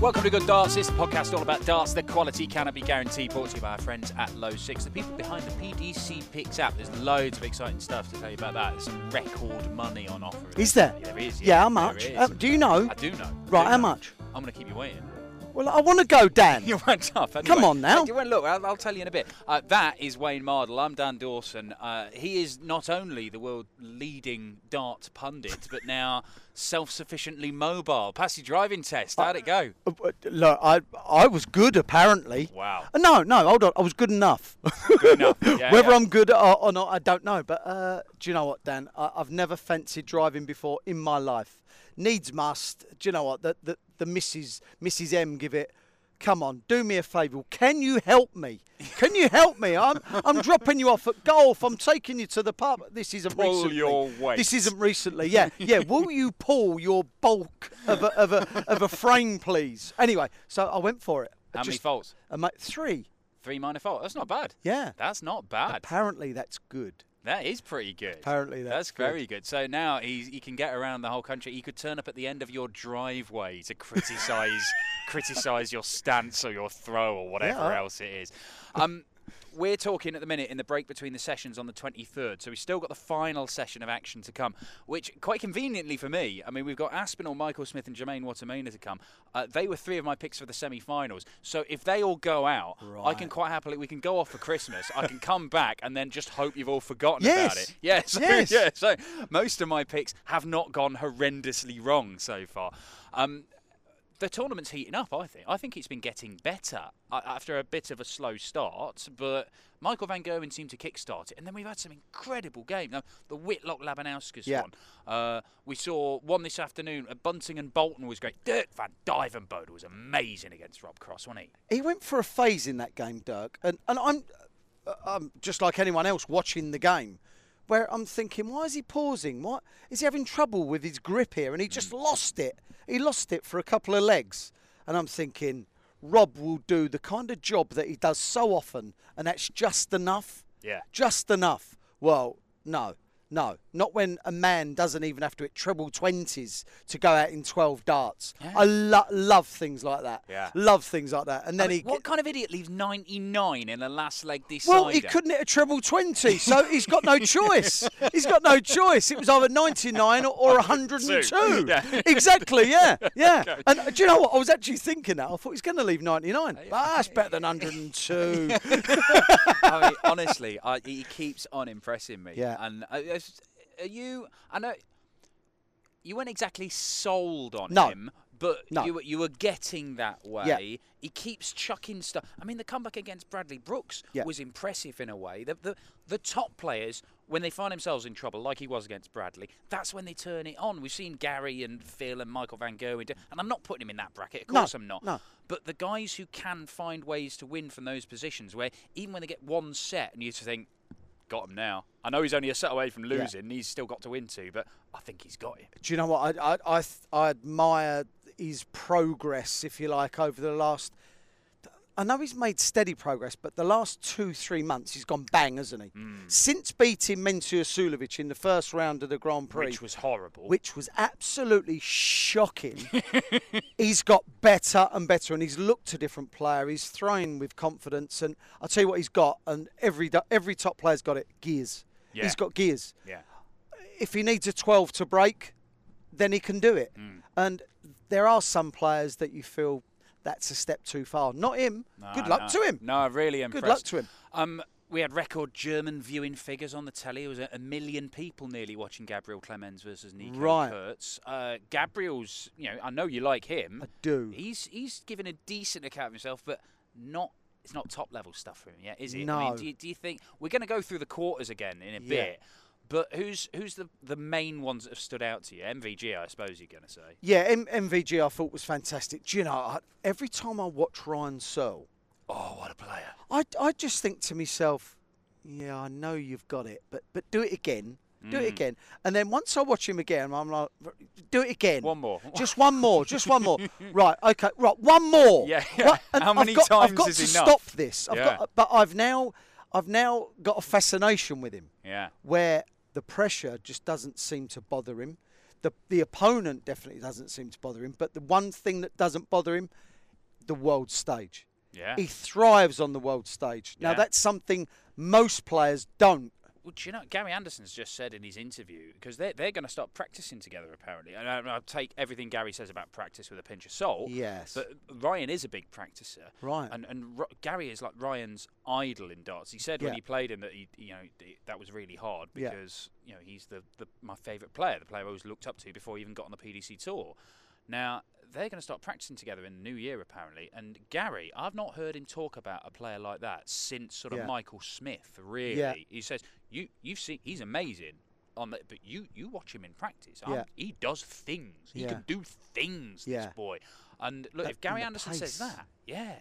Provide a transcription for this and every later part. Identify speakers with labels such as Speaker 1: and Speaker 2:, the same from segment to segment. Speaker 1: Welcome to Good Darts. This is the podcast all about darts, the quality canopy guarantee, brought to you by our friends at Low Six, the people behind the PDC Picks app. There's loads of exciting stuff to tell you about that. There's some record money on offer.
Speaker 2: Is there?
Speaker 1: There is.
Speaker 2: Yeah, how
Speaker 1: there
Speaker 2: much?
Speaker 1: is.
Speaker 2: Uh, do you know?
Speaker 1: I do know. I
Speaker 2: Right,
Speaker 1: do
Speaker 2: how
Speaker 1: know.
Speaker 2: much?
Speaker 1: I'm going to keep you waiting.
Speaker 2: Well, I want to go, Dan.
Speaker 1: You're right up. Anyway,
Speaker 2: Come on now.
Speaker 1: Uh, well, look, I'll, I'll tell you in a bit. Uh, that is Wayne Mardell. I'm Dan Dawson. Uh, he is not only the world leading dart pundit, but now self-sufficiently mobile. Pass your driving test. How'd it go?
Speaker 2: Uh, uh, Look, I I was good apparently.
Speaker 1: Wow.
Speaker 2: Uh, No, no, hold on. I was good enough.
Speaker 1: Good enough. Yeah,
Speaker 2: Whether
Speaker 1: yeah.
Speaker 2: I'm good or, or not, I don't know. But uh, do you know what, Dan? I, I've never fancied driving before in my life. Needs must. Do you know what? The the, the Mrs. Mrs. M give it. Come on, do me a favour. Can you help me? Can you help me? I'm I'm dropping you off at golf. I'm taking you to the pub. This isn't
Speaker 1: Pull
Speaker 2: recently.
Speaker 1: your weight.
Speaker 2: This isn't recently. Yeah, yeah. Will you pull your bulk of a of a of a frame, please? Anyway, so I went for it. I
Speaker 1: How many
Speaker 2: just-
Speaker 1: faults?
Speaker 2: I ma- three.
Speaker 1: Three minor faults. That's not bad.
Speaker 2: Yeah.
Speaker 1: That's not bad.
Speaker 2: Apparently, that's good.
Speaker 1: That is pretty good.
Speaker 2: Apparently that's good.
Speaker 1: very good. So now he's, he can get around the whole country. He could turn up at the end of your driveway to criticise criticise your stance or your throw or whatever
Speaker 2: Yeah.
Speaker 1: else it is. Um, we're talking at the minute in the break between the sessions on the 23rd, so we've still got the final session of action to come, which quite conveniently for me, I mean, we've got Aspinall, Michael Smith, and Jermaine Watermainer to come. Uh, they were three of my picks for the semi-finals. So if they all go out, I can
Speaker 2: Right.
Speaker 1: quite happily we can go off for Christmas. I can come back and then just hope you've all forgotten about
Speaker 2: Yes.
Speaker 1: it. Yes.
Speaker 2: Yes.
Speaker 1: yeah. So most of my picks have not gone horrendously wrong so far. Um, the tournament's heating up, I think. I think it's been getting better uh, after a bit of a slow start, but Michael Van Gerwen seemed to kickstart it. And then we've had some incredible games. Now, the Whitlock Labanauskas
Speaker 2: Yeah.
Speaker 1: one. Uh, we saw one this afternoon. Uh, Bunting and Bolton was great. Dirk van Dijvenbode was amazing against Rob Cross, wasn't he?
Speaker 2: He went for a phase in that game, Dirk, and and I'm, uh, I'm just like anyone else watching the game, where I'm thinking, why is he pausing? What is he having trouble with his grip here? And he just lost it. He lost it for a couple of legs, and I'm thinking, Rob will do the kind of job that he does so often, and that's just enough.
Speaker 1: Yeah.
Speaker 2: just enough. Well, no, no, not when a man doesn't even have to hit treble twenties to go out in twelve darts. I lo- love things like that.
Speaker 1: Yeah.
Speaker 2: love things like that. And then
Speaker 1: I mean,
Speaker 2: he.
Speaker 1: what kind of idiot leaves 99 in the last leg decider?
Speaker 2: well, he couldn't hit a treble 20, so he's got no choice. He's got no choice. It was either 99 or, or 102.
Speaker 1: Yeah.
Speaker 2: Exactly, yeah, yeah. And uh, do you know what? I was actually thinking that. I thought he's going to leave 99. Ah, that's better than 102.
Speaker 1: I mean, honestly, I, he keeps on impressing me.
Speaker 2: Yeah.
Speaker 1: And I- I s- are you? I know you weren't exactly sold on
Speaker 2: No.
Speaker 1: him, but
Speaker 2: No.
Speaker 1: you were you were getting that way. He keeps chucking stuff. I mean, the comeback against Bradley Brooks
Speaker 2: Yeah.
Speaker 1: was impressive in a way. The, the the top players. When they find themselves in trouble, like he was against Bradley, that's when they turn it on. We've seen Gary and Phil and Michael Van Gogh, and I'm not putting him in that bracket. Of
Speaker 2: No,
Speaker 1: course, I'm not.
Speaker 2: no.
Speaker 1: But the guys who can find ways to win from those positions, where even when they get one set, and you just think, got him now. I know he's only a set away from losing, and he's still got to win two, but I think he's got it.
Speaker 2: do you know what I I, I, th- I admire his progress, if you like, over the last. I know he's made steady progress, but the last two three months he's gone bang, hasn't he?
Speaker 1: Hmm.
Speaker 2: Since beating Mensur Sulovic in the first round of the Grand Prix,
Speaker 1: Which was horrible.
Speaker 2: which was absolutely shocking. he's got better and better, and he's looked a different player. He's throwing with confidence, and I'll tell you what he's got. And every do- every top player's got it. Gears.
Speaker 1: Yeah.
Speaker 2: He's got gears
Speaker 1: yeah.
Speaker 2: if he needs a 12 to break, then he can do it.
Speaker 1: Mm.
Speaker 2: And there are some players that you feel that's a step too far. Not him. Good
Speaker 1: No,
Speaker 2: luck
Speaker 1: no.
Speaker 2: to him.
Speaker 1: No, I'm really impressed.
Speaker 2: luck to him.
Speaker 1: Um, we had record German viewing figures on the telly. It was a, a million people nearly watching Gabriel Clemens versus Nico
Speaker 2: Right.
Speaker 1: Kurtz. Uh, Gabriel's, you know, I know you like him.
Speaker 2: I do.
Speaker 1: He's he's given a decent account of himself, but not. It's not top level stuff for him yet, is it? I mean,
Speaker 2: No.
Speaker 1: do, you, do you think we're going to go through the quarters again in a
Speaker 2: Yeah.
Speaker 1: bit? But who's who's the the main ones that have stood out to you? MVG, I suppose you're going to say.
Speaker 2: Yeah, M- MVG I thought was fantastic. Do you know, I, every time I watch Ryan Searle,
Speaker 1: Oh, what a player!
Speaker 2: I, I just think to myself, yeah, I know you've got it, but but do it again. Do
Speaker 1: Mm.
Speaker 2: it again. And then once I watch him again, I'm like, do it again.
Speaker 1: One more.
Speaker 2: Just one more. Just one more. right. Okay. Right. One more.
Speaker 1: Yeah,
Speaker 2: What-
Speaker 1: yeah.
Speaker 2: and
Speaker 1: How
Speaker 2: I've
Speaker 1: many
Speaker 2: got-
Speaker 1: times
Speaker 2: I've got
Speaker 1: is
Speaker 2: to
Speaker 1: enough?
Speaker 2: stop this. I've
Speaker 1: Yeah.
Speaker 2: got, but I've now, I've now got a fascination with him
Speaker 1: Yeah.
Speaker 2: where the pressure just doesn't seem to bother him. The the opponent definitely doesn't seem to bother him, but the one thing that doesn't bother him, the world stage.
Speaker 1: Yeah.
Speaker 2: He thrives on the world stage. Now
Speaker 1: Yeah.
Speaker 2: that's something most players don't.
Speaker 1: Well, do you know, Gary Anderson's just said in his interview, because they're, they're going to start practicing together, apparently. And I, I take everything Gary says about practice with a pinch of salt.
Speaker 2: Yes.
Speaker 1: But Ryan is a big practicer.
Speaker 2: Right.
Speaker 1: And, and R- Gary is like Ryan's idol in darts. He said
Speaker 2: Yeah.
Speaker 1: when he played him that he, you know, th- that was really hard
Speaker 2: Yeah.
Speaker 1: because, you know, he's the, the my favourite player, the player I always looked up to before he even got on the PDC tour. Now, they're going to start practicing together in the new year, apparently. And Gary, I've not heard him talk about a player like that since sort of
Speaker 2: Yeah.
Speaker 1: Michael Smith, really really. He says, "You, you've seen. He's amazing on that, but you, you watch him in practice. I'm-
Speaker 2: Yeah.
Speaker 1: He does things. He
Speaker 2: Yeah.
Speaker 1: can do things.
Speaker 2: Yeah.
Speaker 1: This boy. And look,
Speaker 2: That-
Speaker 1: if Gary
Speaker 2: and the
Speaker 1: Anderson says
Speaker 2: pace.
Speaker 1: that, yeah."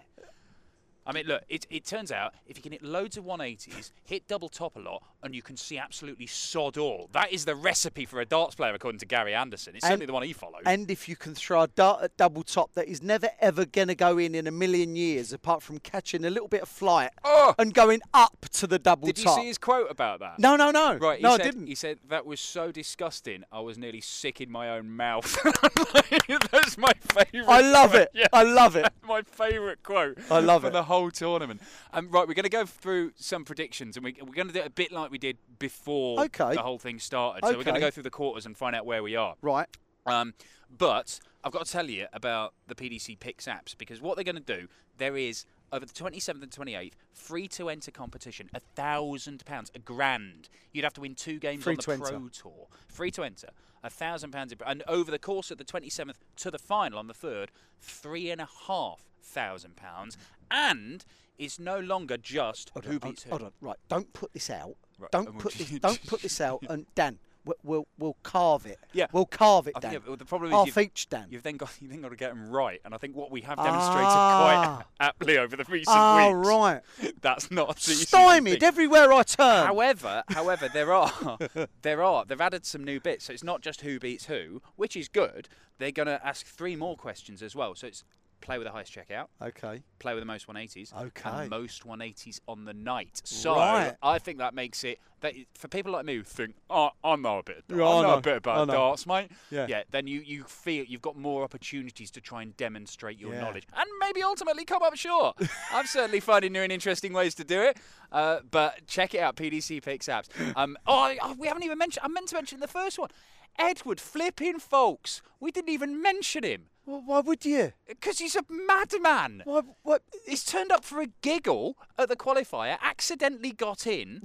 Speaker 1: I mean, look. It, it turns out if you can hit loads of 180s, hit double top a lot, and you can see absolutely sod all. That is the recipe for a darts player, according to Gary Anderson. It's
Speaker 2: And-
Speaker 1: certainly the one he followed.
Speaker 2: And if you can throw a dart at double top that is never ever going to go in in a million years, apart from catching a little bit of flight
Speaker 1: Oh!
Speaker 2: and going up to the double
Speaker 1: Did you
Speaker 2: top.
Speaker 1: see his quote about that?
Speaker 2: no, no, no.
Speaker 1: Right, he
Speaker 2: no,
Speaker 1: said,
Speaker 2: I didn't.
Speaker 1: He said that was so disgusting. I was nearly sick in my own mouth. That's my favourite.
Speaker 2: I love
Speaker 1: quote.
Speaker 2: it.
Speaker 1: Yeah,
Speaker 2: I love it.
Speaker 1: my favourite quote.
Speaker 2: I love
Speaker 1: for
Speaker 2: it.
Speaker 1: the whole tournament. Um, right, we're going to go through some predictions, and we, we're going to do it a bit like we did before
Speaker 2: Okay.
Speaker 1: the whole thing started. So we're going to
Speaker 2: Okay.
Speaker 1: go through the quarters and find out where we are.
Speaker 2: Right.
Speaker 1: Um, but I've got to tell you about the PDC Picks apps because what they're going to do, there is over the 27th and 28th, free to enter competition, a thousand pounds, a grand. You'd have to win two games
Speaker 2: Free
Speaker 1: on the
Speaker 2: to enter.
Speaker 1: Pro Tour. Free to enter, a thousand pounds, in- and over the course of the 27th to the final on the third, three and a half thousand pounds, and it's no longer just
Speaker 2: Hold
Speaker 1: who
Speaker 2: on,
Speaker 1: beats who.
Speaker 2: hold on, right. Don't put this out.
Speaker 1: Right, and
Speaker 2: Don't
Speaker 1: we'll
Speaker 2: put
Speaker 1: just-
Speaker 2: this. Don't put this out. And Dan, we'll we'll, we'll carve it.
Speaker 1: Yeah.
Speaker 2: We'll carve it,
Speaker 1: I think
Speaker 2: Dan.
Speaker 1: yeah, well, the problem is
Speaker 2: Half
Speaker 1: you've,
Speaker 2: each, Dan.
Speaker 1: you've then got you then got to get them right, and I think what we have demonstrated quite
Speaker 2: Ah.
Speaker 1: aptly over the recent
Speaker 2: Ah,
Speaker 1: weeks.
Speaker 2: right.
Speaker 1: That's not the easy
Speaker 2: Stymied
Speaker 1: thing.
Speaker 2: everywhere I turn.
Speaker 1: However, however, there are there are they've added some new bits, so it's not just who beats who, which is good. They're gonna ask three more questions as well. So it's play with the highest checkout,
Speaker 2: okay.
Speaker 1: play with the most 180s,
Speaker 2: Okay.
Speaker 1: and most 180s on the night. So
Speaker 2: Right.
Speaker 1: I think that makes it that it- for people like me who think, oh, I know a bit, of darts.
Speaker 2: Yeah,
Speaker 1: I,
Speaker 2: I
Speaker 1: know, a
Speaker 2: know.
Speaker 1: bit
Speaker 2: I
Speaker 1: about
Speaker 2: know."
Speaker 1: darts, mate.
Speaker 2: Yeah.
Speaker 1: Then you you feel you've got more opportunities to try and demonstrate your
Speaker 2: Yeah.
Speaker 1: knowledge, and maybe ultimately come up short. I'm certainly finding new and interesting ways to do it. Uh, but check it out, PDC Picks apps. Um, oh, I- oh, we haven't even mentioned. I meant to mention the first one. Edward flipping folks. We didn't even mention him
Speaker 2: Well, why would you?
Speaker 1: because he's a madman.
Speaker 2: Why? What?
Speaker 1: He's turned up for a giggle at the qualifier, accidentally got in,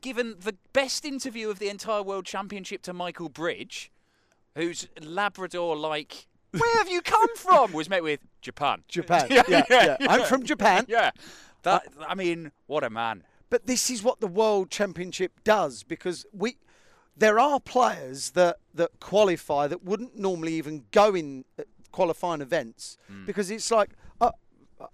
Speaker 1: given the best interview of the entire World Championship to Michael Bridge, who's Labrador like, Where have you come from? was met with Japan.
Speaker 2: Japan. yeah, yeah,
Speaker 1: yeah,
Speaker 2: I'm from Japan.
Speaker 1: Yeah. That, I mean, what a man.
Speaker 2: But this is what the World Championship does because we there are players that that qualify that wouldn't normally even go in uh, qualifying events because it's like oh,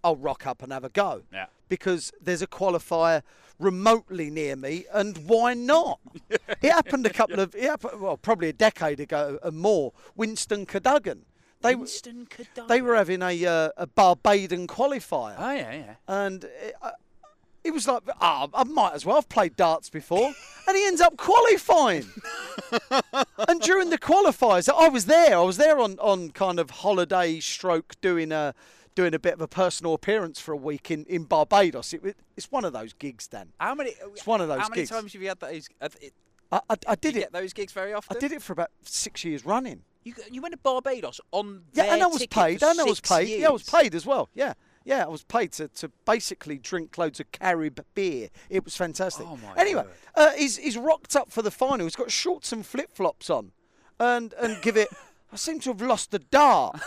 Speaker 2: I'll rock up and have a go.
Speaker 1: Yeah.
Speaker 2: Because there's a qualifier remotely near me, and why not? it happened a couple of, it happened, well, probably a decade ago and more. Winston Cadogan, they w-
Speaker 1: Winston Cadogan.
Speaker 2: they were having a uh, a Barbadian qualifier
Speaker 1: Oh, yeah, yeah.
Speaker 2: and it, I, it was like, ah, I might as well have played darts before. and he ends up qualifying. and during the qualifiers, I was there. I was there on, on kind of holiday stroke doing a doing a bit of a personal appearance for a week in, in Barbados. It, wa- it's one of those gigs, Dan.
Speaker 1: How many? uh,
Speaker 2: It's one of those
Speaker 1: How many
Speaker 2: gigs.
Speaker 1: times have you had those? have it-
Speaker 2: I, I, I
Speaker 1: do
Speaker 2: did
Speaker 1: you
Speaker 2: it.
Speaker 1: get those gigs very
Speaker 2: I
Speaker 1: often?
Speaker 2: did it for about six years running.
Speaker 1: You, you went to Barbados on
Speaker 2: Yeah,
Speaker 1: their
Speaker 2: and I was
Speaker 1: ticket
Speaker 2: paid.
Speaker 1: for
Speaker 2: And I was
Speaker 1: six
Speaker 2: paid. Yeah, I was
Speaker 1: years.
Speaker 2: paid as well. Yeah. Yeah, I was paid to, to basically drink loads of Carib beer. It was fantastic.
Speaker 1: Oh, my
Speaker 2: anyway,
Speaker 1: word.
Speaker 2: uh, he's, he's rocked up for the final. He's got shorts and flip flops on, and and give it. I seem to have lost the dart.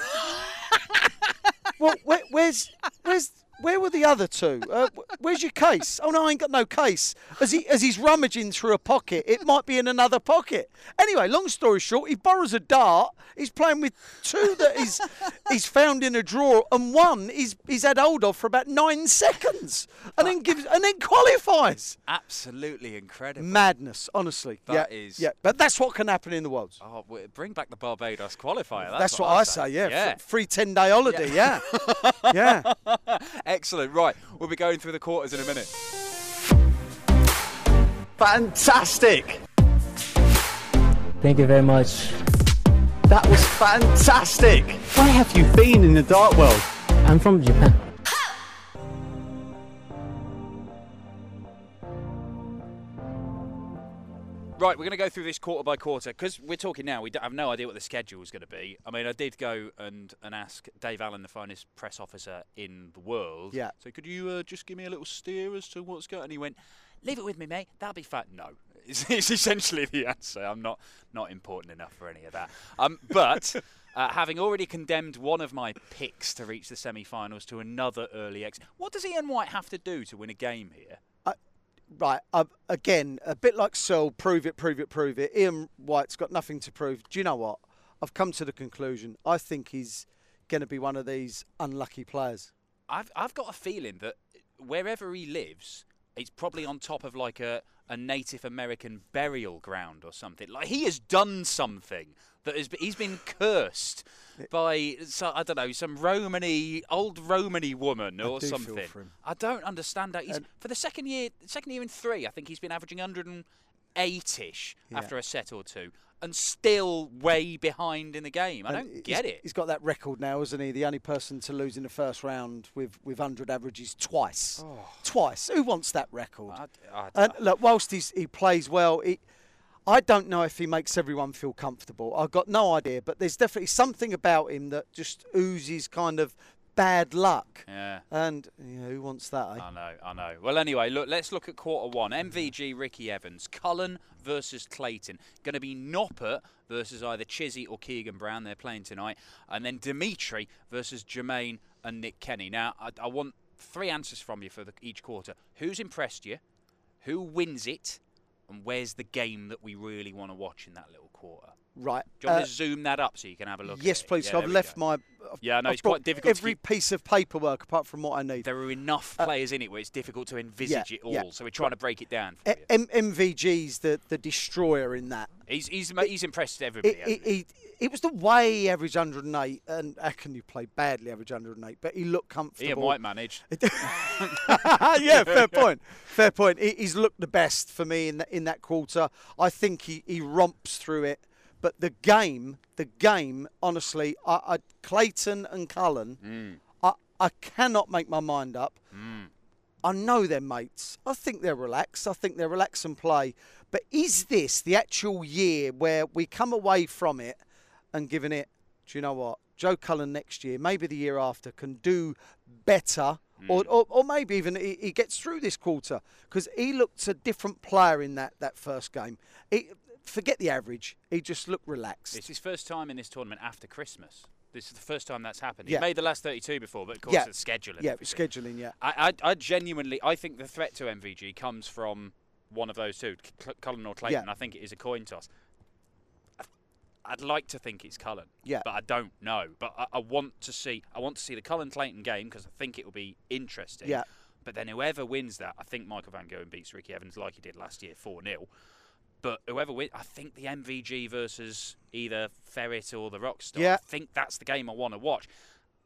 Speaker 2: well, where, where's where's where were the other two? Uh, wh- where's your case? Oh no, I ain't got no case. As he as he's rummaging through a pocket, it might be in another pocket. Anyway, long story short, he borrows a dart. He's playing with two that he's he's found in a drawer, and one he's he's had hold of for about nine seconds, and then gives and then qualifies.
Speaker 1: Absolutely incredible.
Speaker 2: Madness, honestly.
Speaker 1: That
Speaker 2: yeah,
Speaker 1: is-
Speaker 2: yeah, but that's what can happen in the world.
Speaker 1: Oh, w- bring back the Barbados qualifier.
Speaker 2: That's, what, I say. Yeah,
Speaker 1: yeah.
Speaker 2: F- free ten day holiday. Yeah, yeah.
Speaker 1: Excellent. Right, we'll be going through the quarters in a minute.
Speaker 3: Fantastic!
Speaker 4: Thank you very much.
Speaker 3: That was fantastic! Where have you been in the dark world?
Speaker 4: I'm from Japan.
Speaker 1: Right, we're going to go through this quarter by quarter because we're talking now. We don't, have no idea what the schedule is going to be. I mean, I did go and, and ask Dave Allen, the finest press officer in the world.
Speaker 2: Yeah.
Speaker 1: So could you uh, just give me a little steer as to what's going? And he went, "Leave it with me, mate. That'll be fat." No, it's, it's essentially the answer. I'm not not important enough for any of that. Um, but. Uh, having already condemned one of my picks to reach the semi-finals to another early exit, what does Ian White have to do to win a game here?
Speaker 2: Right, uh, again, a bit like Searle, prove it, prove it, prove it. Ian White's got nothing to prove. Do you know what? I've come to the conclusion. I think he's going to be one of these unlucky players.
Speaker 1: I've I've got a feeling that wherever he lives, it's probably on top of like a, a Native American burial ground or something. Like he has done something that has he's been cursed by so, I don't know some Romany old Romany woman or
Speaker 2: do feel
Speaker 1: something.
Speaker 2: for him.
Speaker 1: I don't understand that. He's for the second year second year in three. I think he's been averaging 108 ish after a set or two. And still way behind in the game. I
Speaker 2: And
Speaker 1: don't
Speaker 2: he's-
Speaker 1: get it.
Speaker 2: He's got that record now, isn't he? The only person to lose in the first round with, with 100 averages twice. Twice. Who wants that record?
Speaker 1: Oh. I- I-
Speaker 2: and look, whilst he's, he plays well, he, I don't know if he makes everyone feel comfortable. I've got no idea, but there's definitely something about him that just oozes kind of bad luck.
Speaker 1: Yeah. Uh,
Speaker 2: And you know, who wants that? Eh?
Speaker 1: I know, I know. Well, anyway, look, let's look at quarter one. MVG Ricky Evans, Cullen versus Clayton. Going to be Noppert versus either Chizzy or Keegan Brown. They're playing tonight. And then Dimitri versus Jermaine and Nick Kenny. Now, I, I want three answers from you for the, each quarter. Who's impressed you? Who wins it? And where's the game that we really want to watch in that little quarter?
Speaker 2: right.
Speaker 1: Do you want
Speaker 2: uh,
Speaker 1: me to zoom that up so you can have a look?
Speaker 2: yes,
Speaker 1: at it?
Speaker 2: please.
Speaker 1: Yeah,
Speaker 2: so
Speaker 1: there
Speaker 2: I've
Speaker 1: we
Speaker 2: left
Speaker 1: go.
Speaker 2: my.
Speaker 1: Yeah, I know,
Speaker 2: I've
Speaker 1: it's quite
Speaker 2: got
Speaker 1: difficult to
Speaker 2: Every
Speaker 1: keep-
Speaker 2: piece of paperwork, apart from what I need.
Speaker 1: There are enough players in it where it's difficult to envisage it all,
Speaker 2: Uh, yeah.
Speaker 1: so we're trying to break it down for
Speaker 2: E-
Speaker 1: you.
Speaker 2: M- MVG's the, the destroyer in that.
Speaker 1: He's he's ma- he's impressed everybody.
Speaker 2: It,
Speaker 1: hasn't
Speaker 2: it,
Speaker 1: he?
Speaker 2: it, it was the way he averaged 108, and Akin, who played badly, averaged 108, but he looked comfortable.
Speaker 1: Ian White managed.
Speaker 2: yeah, fair point. Fair point. He, he's looked the best for me in that in that quarter. I think he, he romps through it. But the game, the game, honestly, I, I Clayton and Cullen, I, I cannot make my mind up. I know they're mates. I think they're relaxed. I think they're relaxed and play. But is this the actual year where we come away from it and giving it, do you know what? Joe Cullen next year, maybe the year after, can do better,
Speaker 1: Hmm.
Speaker 2: or, or, or maybe even he, he gets through this quarter because he looked a different player in that, that first game. He, forget the average, he just looked relaxed.
Speaker 1: It's his first time in this tournament after Christmas. This is the first time that's happened. He
Speaker 2: Yeah.
Speaker 1: made the last 32 before, but of course
Speaker 2: Yeah.
Speaker 1: the schedule. and
Speaker 2: yeah,
Speaker 1: everything.
Speaker 2: scheduling, yeah.
Speaker 1: I, I I genuinely I think the threat to MVG comes from one of those two, C- C- Cullen or Clayton. I think it is a coin toss. I- I'd like to think it's Cullen,
Speaker 2: Yeah.
Speaker 1: but I don't know. But I, I want to see I want to see the Cullen Clayton game because I think it will be interesting.
Speaker 2: Yeah.
Speaker 1: But then whoever wins that, I think Michael Van Gogh beats Ricky Evans like he did last year, four 0 But whoever wins, I think the MVG versus either Ferret or the Rockstar.
Speaker 2: Yeah.
Speaker 1: I think that's the game I want to watch.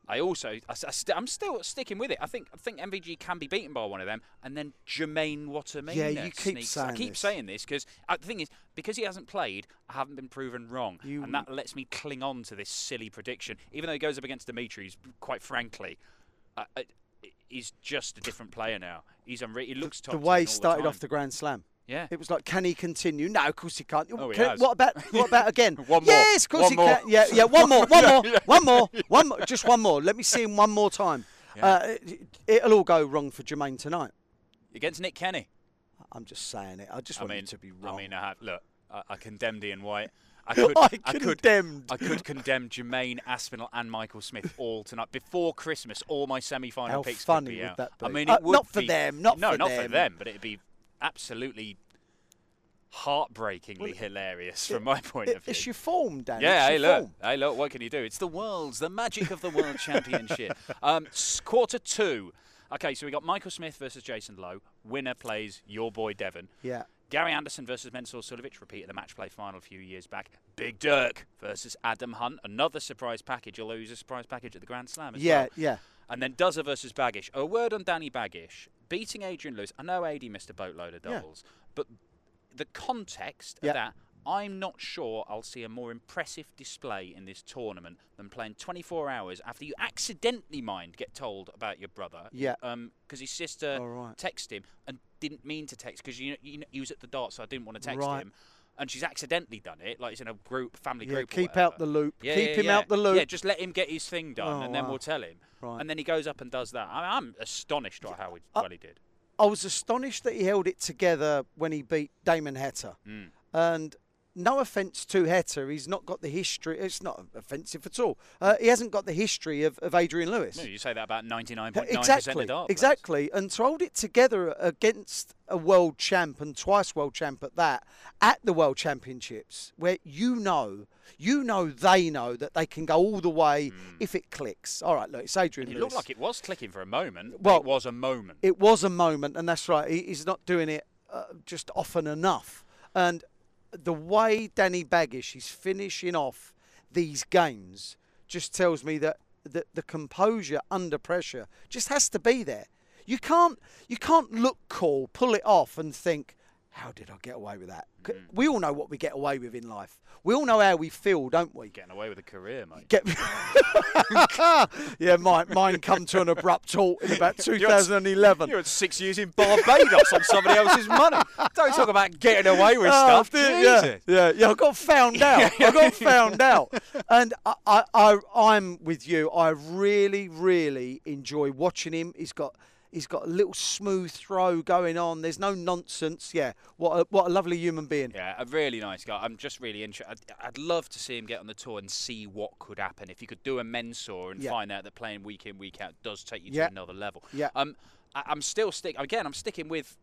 Speaker 1: I also, I, am still sticking with it. I think I think MVG can be beaten by one of them, and then Jermaine Watermina.
Speaker 2: Yeah, you keep
Speaker 1: sneaks- I
Speaker 2: saying
Speaker 1: keep
Speaker 2: this.
Speaker 1: saying this because uh, the thing is, because he hasn't played, I haven't been proven wrong,
Speaker 2: You-
Speaker 1: and that lets me cling on to this silly prediction, even though he goes up against Dimitri's. Quite frankly, uh, uh, he's just a different player now. He's unre- he looks top
Speaker 2: The
Speaker 1: ten
Speaker 2: way he
Speaker 1: all
Speaker 2: started
Speaker 1: time.
Speaker 2: off the Grand Slam.
Speaker 1: yeah.
Speaker 2: It was like, can he continue? No, of course he can't.
Speaker 1: Oh, he
Speaker 2: Can-
Speaker 1: has.
Speaker 2: What about what about again?
Speaker 1: One more.
Speaker 2: Yes, of course
Speaker 1: One
Speaker 2: he
Speaker 1: more.
Speaker 2: can. Yeah, yeah. One more, one more, one more, one more. Just one more. Let me see him one more time. Uh, it, it'll all go wrong for Jermaine tonight.
Speaker 1: against Nick Kenny.
Speaker 2: I'm just saying it. I just
Speaker 1: I
Speaker 2: want
Speaker 1: mean,
Speaker 2: it to be wrong.
Speaker 1: I mean, I have look. I, I condemned Ian White. I could,
Speaker 2: I
Speaker 1: could,
Speaker 2: condemned.
Speaker 1: I could condemn Jermaine Aspinall and Michael Smith all tonight before Christmas. All my semi-final
Speaker 2: How
Speaker 1: picks
Speaker 2: funny
Speaker 1: could be
Speaker 2: would
Speaker 1: out.
Speaker 2: that
Speaker 1: I
Speaker 2: be?
Speaker 1: mean, it
Speaker 2: Uh,
Speaker 1: would
Speaker 2: not for
Speaker 1: be-
Speaker 2: them, not
Speaker 1: no,
Speaker 2: for
Speaker 1: not for
Speaker 2: them.
Speaker 1: them, but it'd be absolutely heartbreakingly hilarious from my point
Speaker 2: It-
Speaker 1: of view.
Speaker 2: it's your form, Dan.
Speaker 1: Yeah,
Speaker 2: it's
Speaker 1: hey
Speaker 2: your
Speaker 1: look,
Speaker 2: form.
Speaker 1: hey look, what can you do? It's the world's the magic of the world championship. Um, s- quarter two. Okay, so we got Michael Smith versus Jason Lowe. Winner plays your boy Devon.
Speaker 2: Yeah.
Speaker 1: Gary Anderson versus Mensur Sulovic, repeated the match play final a few years back. Big Dirk versus Adam Hunt, another surprise package, although he was a surprise package at the Grand Slam as
Speaker 2: Yeah,
Speaker 1: well.
Speaker 2: yeah.
Speaker 1: And then Dozer versus Baggish. A word on Danny Baggish. Beating Adrian Lewis. I know AD missed a boatload of doubles, but the context
Speaker 2: Yeah.
Speaker 1: of that, I'm not sure I'll see a more impressive display in this tournament than playing 24 hours after you accidentally, mind, get told about your brother.
Speaker 2: Yeah.
Speaker 1: Because his sister
Speaker 2: All right.
Speaker 1: texted him and didn't mean to text because you know, you know, he was at the dart, so I didn't want to text
Speaker 2: Right.
Speaker 1: him. And she's accidentally done it, like it's in a group, family
Speaker 2: Yeah,
Speaker 1: group. or
Speaker 2: keep out
Speaker 1: whatever.
Speaker 2: the loop.
Speaker 1: Yeah,
Speaker 2: Keep
Speaker 1: yeah,
Speaker 2: him
Speaker 1: yeah.
Speaker 2: out the loop.
Speaker 1: Yeah, just let him get his thing done,
Speaker 2: Oh,
Speaker 1: and then
Speaker 2: wow.
Speaker 1: we'll tell him.
Speaker 2: Right. Uh,
Speaker 1: And then he goes up and does that. I, I'm astonished by how he, well he did.
Speaker 2: I was astonished that he held it together when he beat Damon Hatter.
Speaker 1: Hmm.
Speaker 2: And no offence to Hatter, he's not got the history. It's not offensive at all.
Speaker 1: Hmm.
Speaker 2: Uh, he hasn't got the history of, of Adrian Lewis.
Speaker 1: No, you say that about 99.9%
Speaker 2: Exactly,
Speaker 1: of dart players.
Speaker 2: exactly, and to hold it together against a world champ and twice world champ at that, at the world championships, where you know, you know, they know that they can go all the way if it clicks. All right, look, it's Adrian.
Speaker 1: It
Speaker 2: Lewis.
Speaker 1: looked Hmm. like it was clicking for a moment. Well,
Speaker 2: Well-
Speaker 1: it was a moment.
Speaker 2: It was a moment, and that's right. He, he's not doing it uh, just often enough. And the way Danny Baggish is finishing off these games just tells me that the, the composure under pressure just has to be there. You can't you can't look cool, pull it off, and think, "How did I get away with that?" C- We all know what we get away with in life. We all know how we feel, don't we?
Speaker 1: Getting away with a career, mate.
Speaker 2: Get yeah, mine mine come to an abrupt halt in about 2011.
Speaker 1: You're at six years in Barbados on somebody else's money. Don't talk about getting away with
Speaker 2: Oh,
Speaker 1: stuff.
Speaker 2: dear,
Speaker 1: Jesus.
Speaker 2: Yeah, yeah, yeah. I got found out. I got found out. And I, I, I, I'm with you. I really, really enjoy watching him. He's got, he's got a little smooth throw going on. There's no nonsense. Yeah, what a, what a lovely human being.
Speaker 1: Yeah, a really nice guy. I'm just really interested. I'd, I'd love to see him get on the tour and see what could happen if you could do a men's tour and
Speaker 2: Yeah.
Speaker 1: find out that playing week in week out does take you
Speaker 2: Yeah.
Speaker 1: to another level.
Speaker 2: Yeah.
Speaker 1: Um, I, I'm still stick again. I'm sticking with.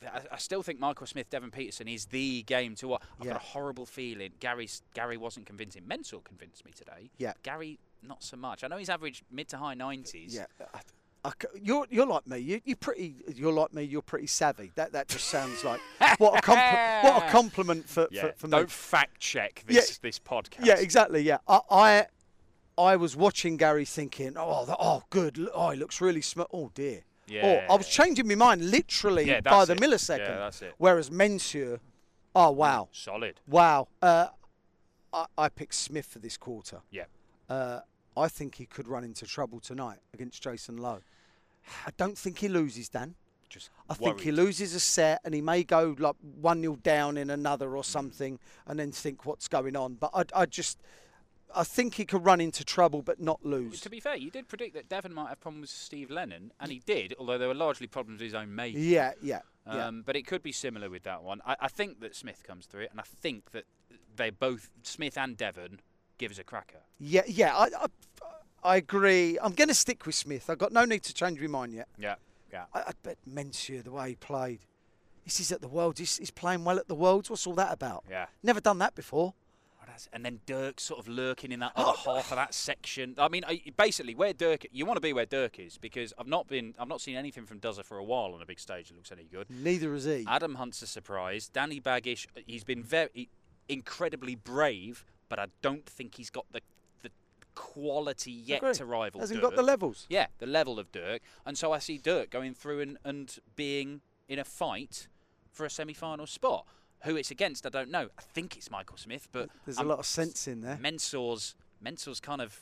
Speaker 1: I, I still think Michael Smith, Devon Peterson is the game to watch. I've
Speaker 2: Yeah.
Speaker 1: got a horrible feeling. Gary's Gary wasn't convincing. Mentor convinced me today.
Speaker 2: Yeah.
Speaker 1: Gary, not so much. I know he's averaged mid to high 90s.
Speaker 2: Yeah. I- I c- you're you're like me. You you pretty. You're like me. You're pretty savvy. That that just sounds like what a compli- what a compliment for
Speaker 1: Yeah.
Speaker 2: for, for
Speaker 1: Don't
Speaker 2: me.
Speaker 1: fact check
Speaker 2: Yeah.
Speaker 1: this this podcast.
Speaker 2: Yeah, exactly. Yeah, I, I, I was watching Gary thinking, oh, the, oh, good. l- Oh, he looks really smart. Oh dear. Oh, I was
Speaker 1: Yeah.
Speaker 2: changing my mind literally
Speaker 1: Yeah,
Speaker 2: by
Speaker 1: that's
Speaker 2: the
Speaker 1: it.
Speaker 2: millisecond.
Speaker 1: Yeah, that's it.
Speaker 2: Whereas Mensur, oh wow,
Speaker 1: Solid.
Speaker 2: wow. Uh, I, I picked Smith for this quarter.
Speaker 1: Yeah.
Speaker 2: Uh, I think he could run into trouble tonight against Jason Lowe. I don't think he loses, Dan.
Speaker 1: Just
Speaker 2: I think he loses a set and he may go like 1 0 down in another or something and then think what's going on. But I, I just, I think he could run into trouble but not lose.
Speaker 1: To be fair, you did predict that Devon might have problems with Steve Lennon, and he did, although there were largely problems with his own making.
Speaker 2: Yeah, yeah, yeah.
Speaker 1: Um, But it could be similar with that one. I, I think that Smith comes through it, and I think that they both, Smith and Devon, give us a cracker.
Speaker 2: yeah, yeah. I, I, I agree. I'm going to stick with Smith. I've got no need to change my mind yet.
Speaker 1: Yeah. Yeah. Oh,
Speaker 2: I, I bet Mensah, the way he played. This is at the Worlds. He's, he's playing well at the Worlds. What's all that about?
Speaker 1: Yeah.
Speaker 2: Never done that before.
Speaker 1: And then Dirk sort of lurking in that other half of that section. I mean, I, basically, where Dirk, you want to be where Dirk is because I've not been, I've not seen anything from Dozer for a while on a big stage that looks any good.
Speaker 2: Neither has he.
Speaker 1: Adam Hunt's a surprise. Danny Baggish, he's been very incredibly brave, but I don't think he's got the the quality yet
Speaker 2: Agree.
Speaker 1: to rival.
Speaker 2: Hasn't
Speaker 1: Dirk.
Speaker 2: got the levels.
Speaker 1: Yeah, the level of Dirk, and so I see Dirk going through and and being in a fight for a semi-final spot. Who it's against, I don't know. I think it's Michael Smith, but
Speaker 2: There's a lot of sense in there.
Speaker 1: Mensor's Mensor's kind of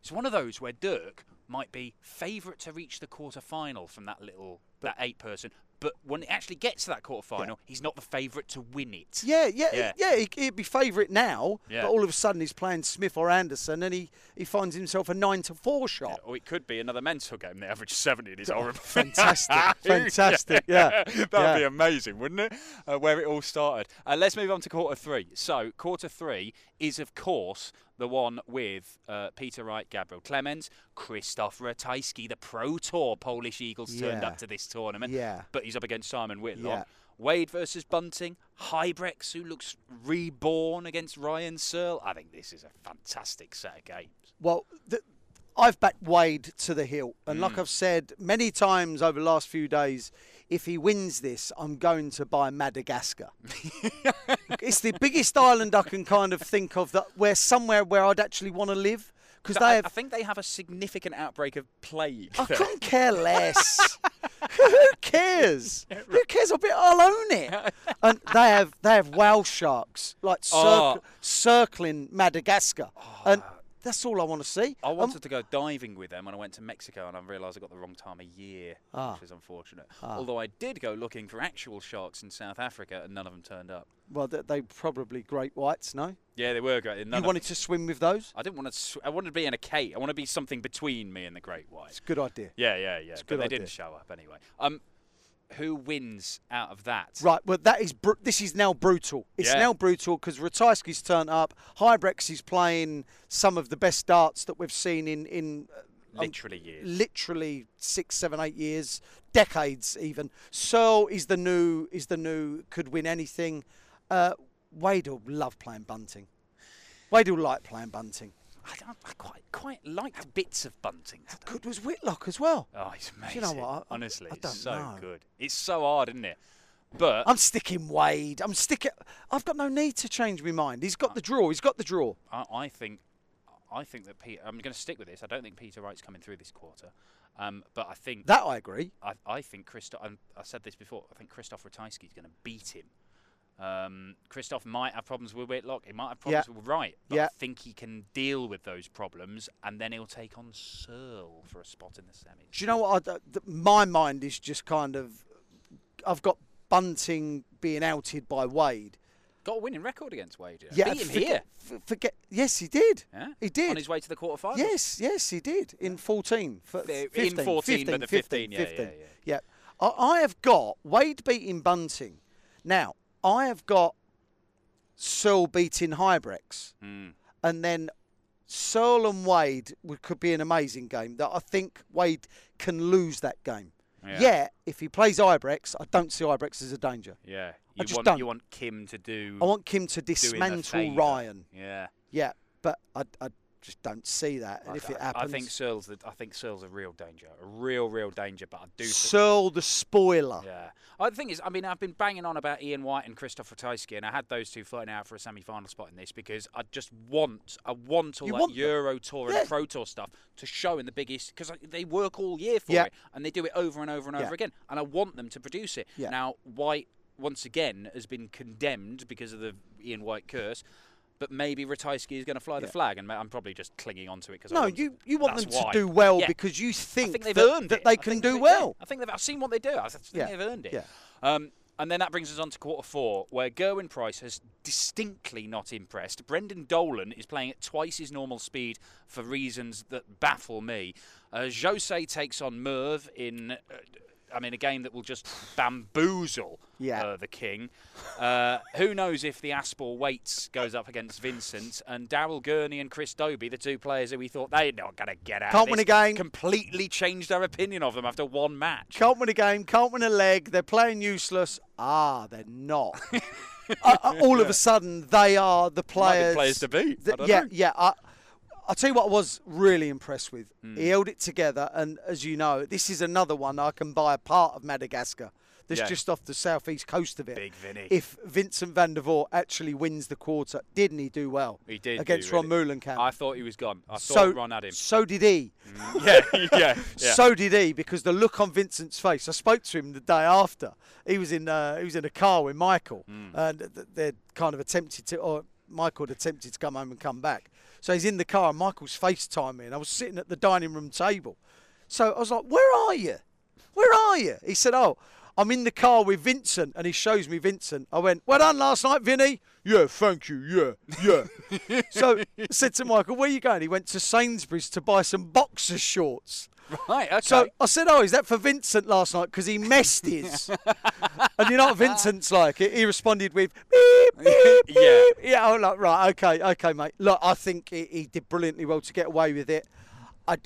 Speaker 1: it's one of those where Dirk might be favourite to reach the quarter final from that little that eight person, but when it actually gets to that quarter final, he's not the favourite to win it.
Speaker 2: Yeah, yeah,
Speaker 1: Yeah.
Speaker 2: yeah. yeah he, he'd be favourite now,
Speaker 1: Yeah.
Speaker 2: but all of a sudden he's playing Smith or Anderson, and he, he finds himself a nine to four shot.
Speaker 1: Or it could be another mental game. They average 70 in his horrible.
Speaker 2: Fantastic, fantastic, yeah,
Speaker 1: That'd
Speaker 2: yeah.
Speaker 1: be amazing, wouldn't it? Uh, where it all started. Uh, let's move on to quarter three. So, quarter three is, of course, the one with uh, Peter Wright, Gabriel Clemens, Christoph Ratajski, the Pro Tour Polish Eagles turned
Speaker 2: Yeah.
Speaker 1: up to this tournament.
Speaker 2: Yeah.
Speaker 1: But he's up against Simon Whitlock.
Speaker 2: Yeah.
Speaker 1: Wade versus Bunting, Hybrex, who looks reborn against Ryan Searle. I think this is a fantastic set of games.
Speaker 2: Well, th I've backed Wade to the hilt, and
Speaker 1: Mm.
Speaker 2: like I've said many times over the last few days, if he wins this, I'm going to buy Madagascar. it's the biggest island I can kind of think of that where somewhere where I'd actually want to live because
Speaker 1: I,
Speaker 2: they
Speaker 1: I
Speaker 2: have
Speaker 1: think they have a significant outbreak of plague.
Speaker 2: I
Speaker 1: there.
Speaker 2: couldn't care less. Who cares? Who cares says a bit, I'll own it. and they have they have whale sharks like circ-
Speaker 1: Oh.
Speaker 2: circling Madagascar, and that's all I want to see.
Speaker 1: I
Speaker 2: And-
Speaker 1: wanted to go diving with them when I went to Mexico, and I realised I got the wrong time of year,
Speaker 2: Ah.
Speaker 1: which is unfortunate. Although I did go looking for actual sharks in South Africa, and none of them turned up.
Speaker 2: well, they, they probably great whites. No,
Speaker 1: Yeah, they were great. None
Speaker 2: you
Speaker 1: of-
Speaker 2: wanted to swim with those.
Speaker 1: I didn't want to. Sw- I wanted to be in a cake. I want to be something between me and the great white.
Speaker 2: It's a good idea.
Speaker 1: Yeah, yeah, yeah.
Speaker 2: good
Speaker 1: But they
Speaker 2: idea.
Speaker 1: didn't show up anyway. Um, who wins out of that?
Speaker 2: Right, well, that is br- this is now brutal. It's
Speaker 1: Yeah.
Speaker 2: now brutal because Ratajski's turned up. Hybrex is playing some of the best darts that we've seen in in uh, um,
Speaker 1: Literally years.
Speaker 2: literally six, seven, eight years, decades even. Searle is the new is the new could win anything. Uh, Wade will love playing bunting. Wade will like playing bunting.
Speaker 1: I, don't- I quite quite liked bits of bunting. today.
Speaker 2: Good was Whitlock as well.
Speaker 1: Oh, it's amazing.
Speaker 2: you know what? I-
Speaker 1: Honestly,
Speaker 2: I don't
Speaker 1: it's so
Speaker 2: know.
Speaker 1: good. It's so hard, isn't it? But
Speaker 2: I'm sticking Wade. I'm sticking. I've got no need to change my mind. He's got the draw. He's got the draw.
Speaker 1: I, I think I think that Peter. I'm going to stick with this. I don't think Peter Wright's coming through this quarter. Um, but I think
Speaker 2: That I agree.
Speaker 1: I, I think Christoph. I, I said this before. I think Christoph Ratajski's going to beat him. Um, Christoph might have problems with Whitlock. He might have
Speaker 2: Yeah.
Speaker 1: problems with Wright. But I
Speaker 2: Yeah.
Speaker 1: think he can deal with those problems, and then he'll take on Searle for a spot in the semi.
Speaker 2: Do you know what? I, th- my mind is just kind of. I've got bunting being outed by Wade.
Speaker 1: Got a winning record against Wade. You know.
Speaker 2: Yeah,
Speaker 1: beat him here.
Speaker 2: forget, f- forget. Yes, he did.
Speaker 1: Yeah?
Speaker 2: He did.
Speaker 1: on his way to the quarterfinals.
Speaker 2: Yes, yes, he did in 14. f-
Speaker 1: There- in
Speaker 2: 15,
Speaker 1: 14, but the 15, yeah, yeah, yeah.
Speaker 2: yeah. I, I have got Wade beating Bunting. Now, I have got Searle beating Hybrex.
Speaker 1: Hmm.
Speaker 2: And then Searle and Wade would, could be an amazing game that I think Wade can lose that game.
Speaker 1: Yeah.
Speaker 2: Yet, if he plays Ibrex, I don't see Ibrex as a danger.
Speaker 1: Yeah. You
Speaker 2: just
Speaker 1: want
Speaker 2: don't-
Speaker 1: you want Kim to do.
Speaker 2: I want Kim to
Speaker 1: doing a
Speaker 2: dismantle
Speaker 1: favour.
Speaker 2: Ryan.
Speaker 1: Yeah.
Speaker 2: Yeah, but I, I just don't see that. And
Speaker 1: I-
Speaker 2: if it
Speaker 1: I-
Speaker 2: happens,
Speaker 1: I think Searle's the, I think Searle's a real danger, a real, real danger. But I do. think-
Speaker 2: Searle the spoiler.
Speaker 1: yeah. I, the thing is, I mean, I've been banging on about Ian White and Christoph Ratajski, and I had those two floating out for a semi-final spot in this because I just want, I want all
Speaker 2: You
Speaker 1: that
Speaker 2: want them.
Speaker 1: Euro Tour and
Speaker 2: Yeah.
Speaker 1: Pro Tour stuff to show in the biggest because they work all year for
Speaker 2: Yeah.
Speaker 1: it, and they do it over and over and
Speaker 2: Yeah.
Speaker 1: over again, and I want them to produce it.
Speaker 2: Yeah.
Speaker 1: Now White once again has been condemned because of the Ian White curse. But maybe Ratajski is going to fly the flag, and ma- I'm probably just clinging onto it because
Speaker 2: No, you, you want
Speaker 1: that's
Speaker 2: them to
Speaker 1: why.
Speaker 2: do well
Speaker 1: Yeah.
Speaker 2: because you think,
Speaker 1: I think they've
Speaker 2: that,
Speaker 1: earned
Speaker 2: that
Speaker 1: it.
Speaker 2: they
Speaker 1: I
Speaker 2: can
Speaker 1: think
Speaker 2: do
Speaker 1: they-
Speaker 2: well.
Speaker 1: yeah, I think they've, I've seen what they do. I think
Speaker 2: Yeah,
Speaker 1: they've earned it.
Speaker 2: yeah.
Speaker 1: Um, and then that brings us on to quarter four, where Gerwin Price has distinctly not impressed. Brendan Dolan is playing at twice his normal speed for reasons that baffle me. Uh, Jose takes on Merv in, uh, I mean, a game that will just bamboozle
Speaker 2: Yeah.
Speaker 1: uh, the king. Uh, who knows if the Aspel Waits goes up against Vincent and Daryl Gurney and Chris Dobie, the two players who we thought they're not going to get out. of
Speaker 2: Can't win
Speaker 1: this,
Speaker 2: a game.
Speaker 1: Completely changed our opinion of them after one match.
Speaker 2: Can't win a game, can't win a leg, they're playing useless. Ah, they're not. Uh, uh, all of a sudden, they are the players.
Speaker 1: players to beat. I
Speaker 2: that-
Speaker 1: don't
Speaker 2: yeah,
Speaker 1: know.
Speaker 2: yeah. I, I'll tell you what I was really impressed with.
Speaker 1: Hmm.
Speaker 2: He held it together, and as you know, this is another one I can buy a part of Madagascar that's
Speaker 1: Yeah.
Speaker 2: just off the southeast coast of it.
Speaker 1: Big Vinny.
Speaker 2: If Vincent van der Voort actually wins the quarter, didn't he do well?
Speaker 1: He did do
Speaker 2: Against Ron
Speaker 1: really-
Speaker 2: Moulenkamp.
Speaker 1: I thought he was gone. I
Speaker 2: so,
Speaker 1: thought Ron had him.
Speaker 2: So did he.
Speaker 1: yeah, yeah, yeah.
Speaker 2: So did he because the look on Vincent's face. I spoke to him the day after. He was in uh, he was in a car with Michael, and th- they'd kind of attempted to, or Michael had attempted to come home and come back. So he's in the car, and Michael's FaceTiming me, and I was sitting at the dining room table. So I was like, "Where are you? Where are you?" He said, "Oh." I'm in the car with Vincent, and he shows me Vincent. I went, "Well done last night, Vinny." Yeah, thank you. Yeah, yeah. so I said to Michael, "Where you going?" He went to Sainsbury's to buy some boxer shorts.
Speaker 1: right, okay.
Speaker 2: So I said, "Oh, is that for Vincent last night? Because he messed his." and you know what Vincent's like? He he responded with, "Beep, beep, beep."
Speaker 1: Yeah.
Speaker 2: yeah. I'm like, right, okay, okay, mate. Look, I think he, he did brilliantly well to get away with it. I d-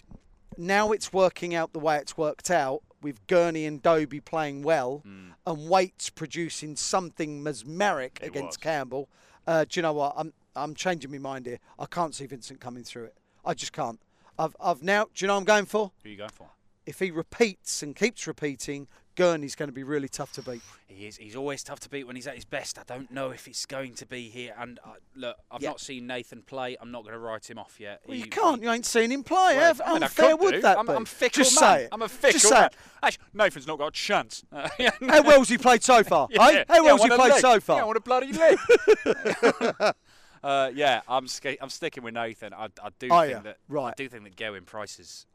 Speaker 2: now it's working out the way it's worked out with Gurney and Dobie playing well,
Speaker 1: Hmm.
Speaker 2: and Waits producing something mesmeric against
Speaker 1: was.
Speaker 2: Campbell. Uh, do you know what? I'm I'm changing my mind here. I can't see Vincent coming through it. I just can't. I've I've now. Do you know what I'm going for?
Speaker 1: who you going for?
Speaker 2: if he repeats and keeps repeating, Gurney's going to be really tough to beat.
Speaker 1: He is. He's always tough to beat when he's at his best. I don't know if it's going to be here. And uh, look, I've
Speaker 2: Yeah.
Speaker 1: not seen Nathan play. I'm not going to write him off yet.
Speaker 2: Well,
Speaker 1: He-
Speaker 2: you can't. You ain't seen him play.
Speaker 1: Well,
Speaker 2: have-
Speaker 1: I
Speaker 2: How
Speaker 1: mean, I
Speaker 2: unfair
Speaker 1: could
Speaker 2: would
Speaker 1: do.
Speaker 2: that
Speaker 1: I'm,
Speaker 2: be?
Speaker 1: I'm fickle
Speaker 2: Just
Speaker 1: man.
Speaker 2: say it.
Speaker 1: I'm a fickle
Speaker 2: Just say
Speaker 1: man.
Speaker 2: it.
Speaker 1: Actually, Nathan's not got a chance. Uh, yeah, no.
Speaker 2: How well's he played so far? eh?
Speaker 1: Yeah.
Speaker 2: How
Speaker 1: Yeah, I
Speaker 2: well's
Speaker 1: want
Speaker 2: he
Speaker 1: a
Speaker 2: played
Speaker 1: leg.
Speaker 2: so
Speaker 1: Yeah, I
Speaker 2: far?
Speaker 1: want a bloody leg. uh, yeah, I'm sca- I'm sticking with Nathan. I, I do
Speaker 2: Are
Speaker 1: think
Speaker 2: ya?
Speaker 1: that I
Speaker 2: Right.
Speaker 1: do think that Gowin Price is,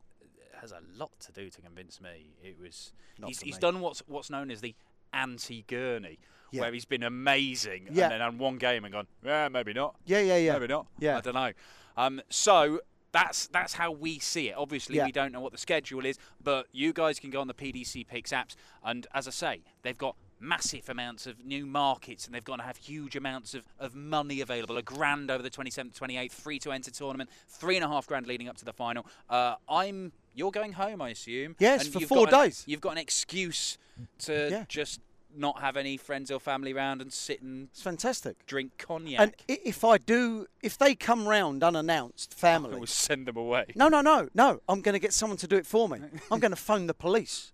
Speaker 1: has a lot to do to convince me. It was
Speaker 2: Not
Speaker 1: he's,
Speaker 2: for
Speaker 1: he's
Speaker 2: me.
Speaker 1: done what's what's known as the anti Gurney,
Speaker 2: Yeah.
Speaker 1: where he's been amazing
Speaker 2: Yeah.
Speaker 1: and then had one game and gone, yeah, maybe not.
Speaker 2: Yeah, yeah, yeah.
Speaker 1: Maybe not.
Speaker 2: Yeah.
Speaker 1: I don't know. Um, so that's that's how we see it. Obviously,
Speaker 2: Yeah.
Speaker 1: we don't know what the schedule is, but you guys can go on the PDC Picks apps, and as I say, they've got massive amounts of new markets and they've got to have huge amounts of, of money available a grand over the 27th 28th free to enter tournament three and a half grand leading up to the final uh, i'm you're going home i assume
Speaker 2: Yes,
Speaker 1: and
Speaker 2: for
Speaker 1: you've
Speaker 2: four
Speaker 1: got an-
Speaker 2: days.
Speaker 1: you've got an excuse to
Speaker 2: Yeah.
Speaker 1: just not have any friends or family round and sit and
Speaker 2: It's fantastic.
Speaker 1: drink cognac
Speaker 2: And i- if I do, if they come round unannounced,
Speaker 1: I
Speaker 2: family.
Speaker 1: will send them away
Speaker 2: No, no, no, no. I'm going to get someone to do it for me. I'm going to phone the police.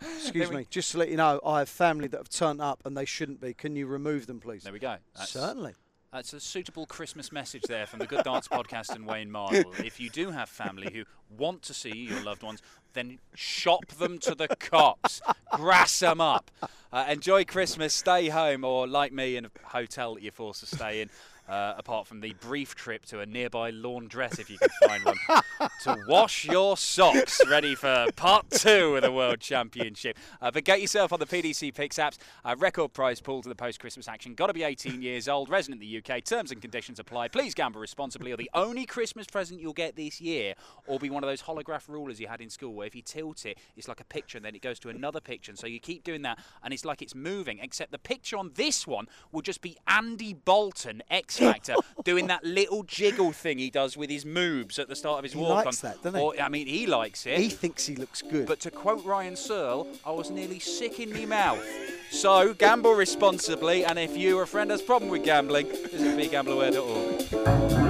Speaker 2: Excuse me. Just to let you know, I have family that have turned up and they shouldn't be. Can you remove them, please?
Speaker 1: There we go. That's,
Speaker 2: Certainly.
Speaker 1: that's a suitable Christmas message there from the Good Dance Podcast and Wayne Marvel. If you do have family who want to see your loved ones, then shop them to the cops. Grass them up. Uh, enjoy Christmas, stay home, or like me, in a hotel that you're forced to stay in. Uh, apart from the brief trip to a nearby laundress, if you can find one, to wash your socks, ready for part two of the World Championship. Uh, but get yourself on the PDC Picks apps. Uh, record prize pool to the post Christmas action. Got to be 18 years old, resident in the UK. Terms and conditions apply. Please gamble responsibly, or the only Christmas present you'll get this year will be one of those holograph rulers you had in school where if you tilt it, it's like a picture and then it goes to another picture. And so you keep doing that and it's like it's moving, except the picture on this one will just be Andy Bolton, X Factor, doing that little jiggle thing he does with his moves at the start of his walk
Speaker 2: likes
Speaker 1: on.
Speaker 2: that, doesn't he?
Speaker 1: Or, I mean, he likes it.
Speaker 2: He thinks he looks good.
Speaker 1: But to quote Ryan Searle, I was nearly sick in my mouth. So gamble responsibly, and if you or a friend has a problem with gambling, visit begambleaware.org.